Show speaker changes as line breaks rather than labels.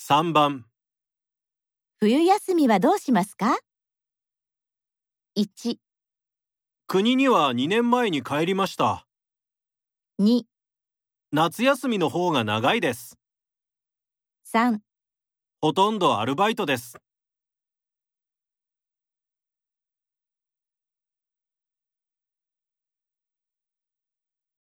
3番
冬休みはどうしますか ?1、
国には2年前に帰りました
2、
夏休みの方が長いです
3
ほとんどアルバイトです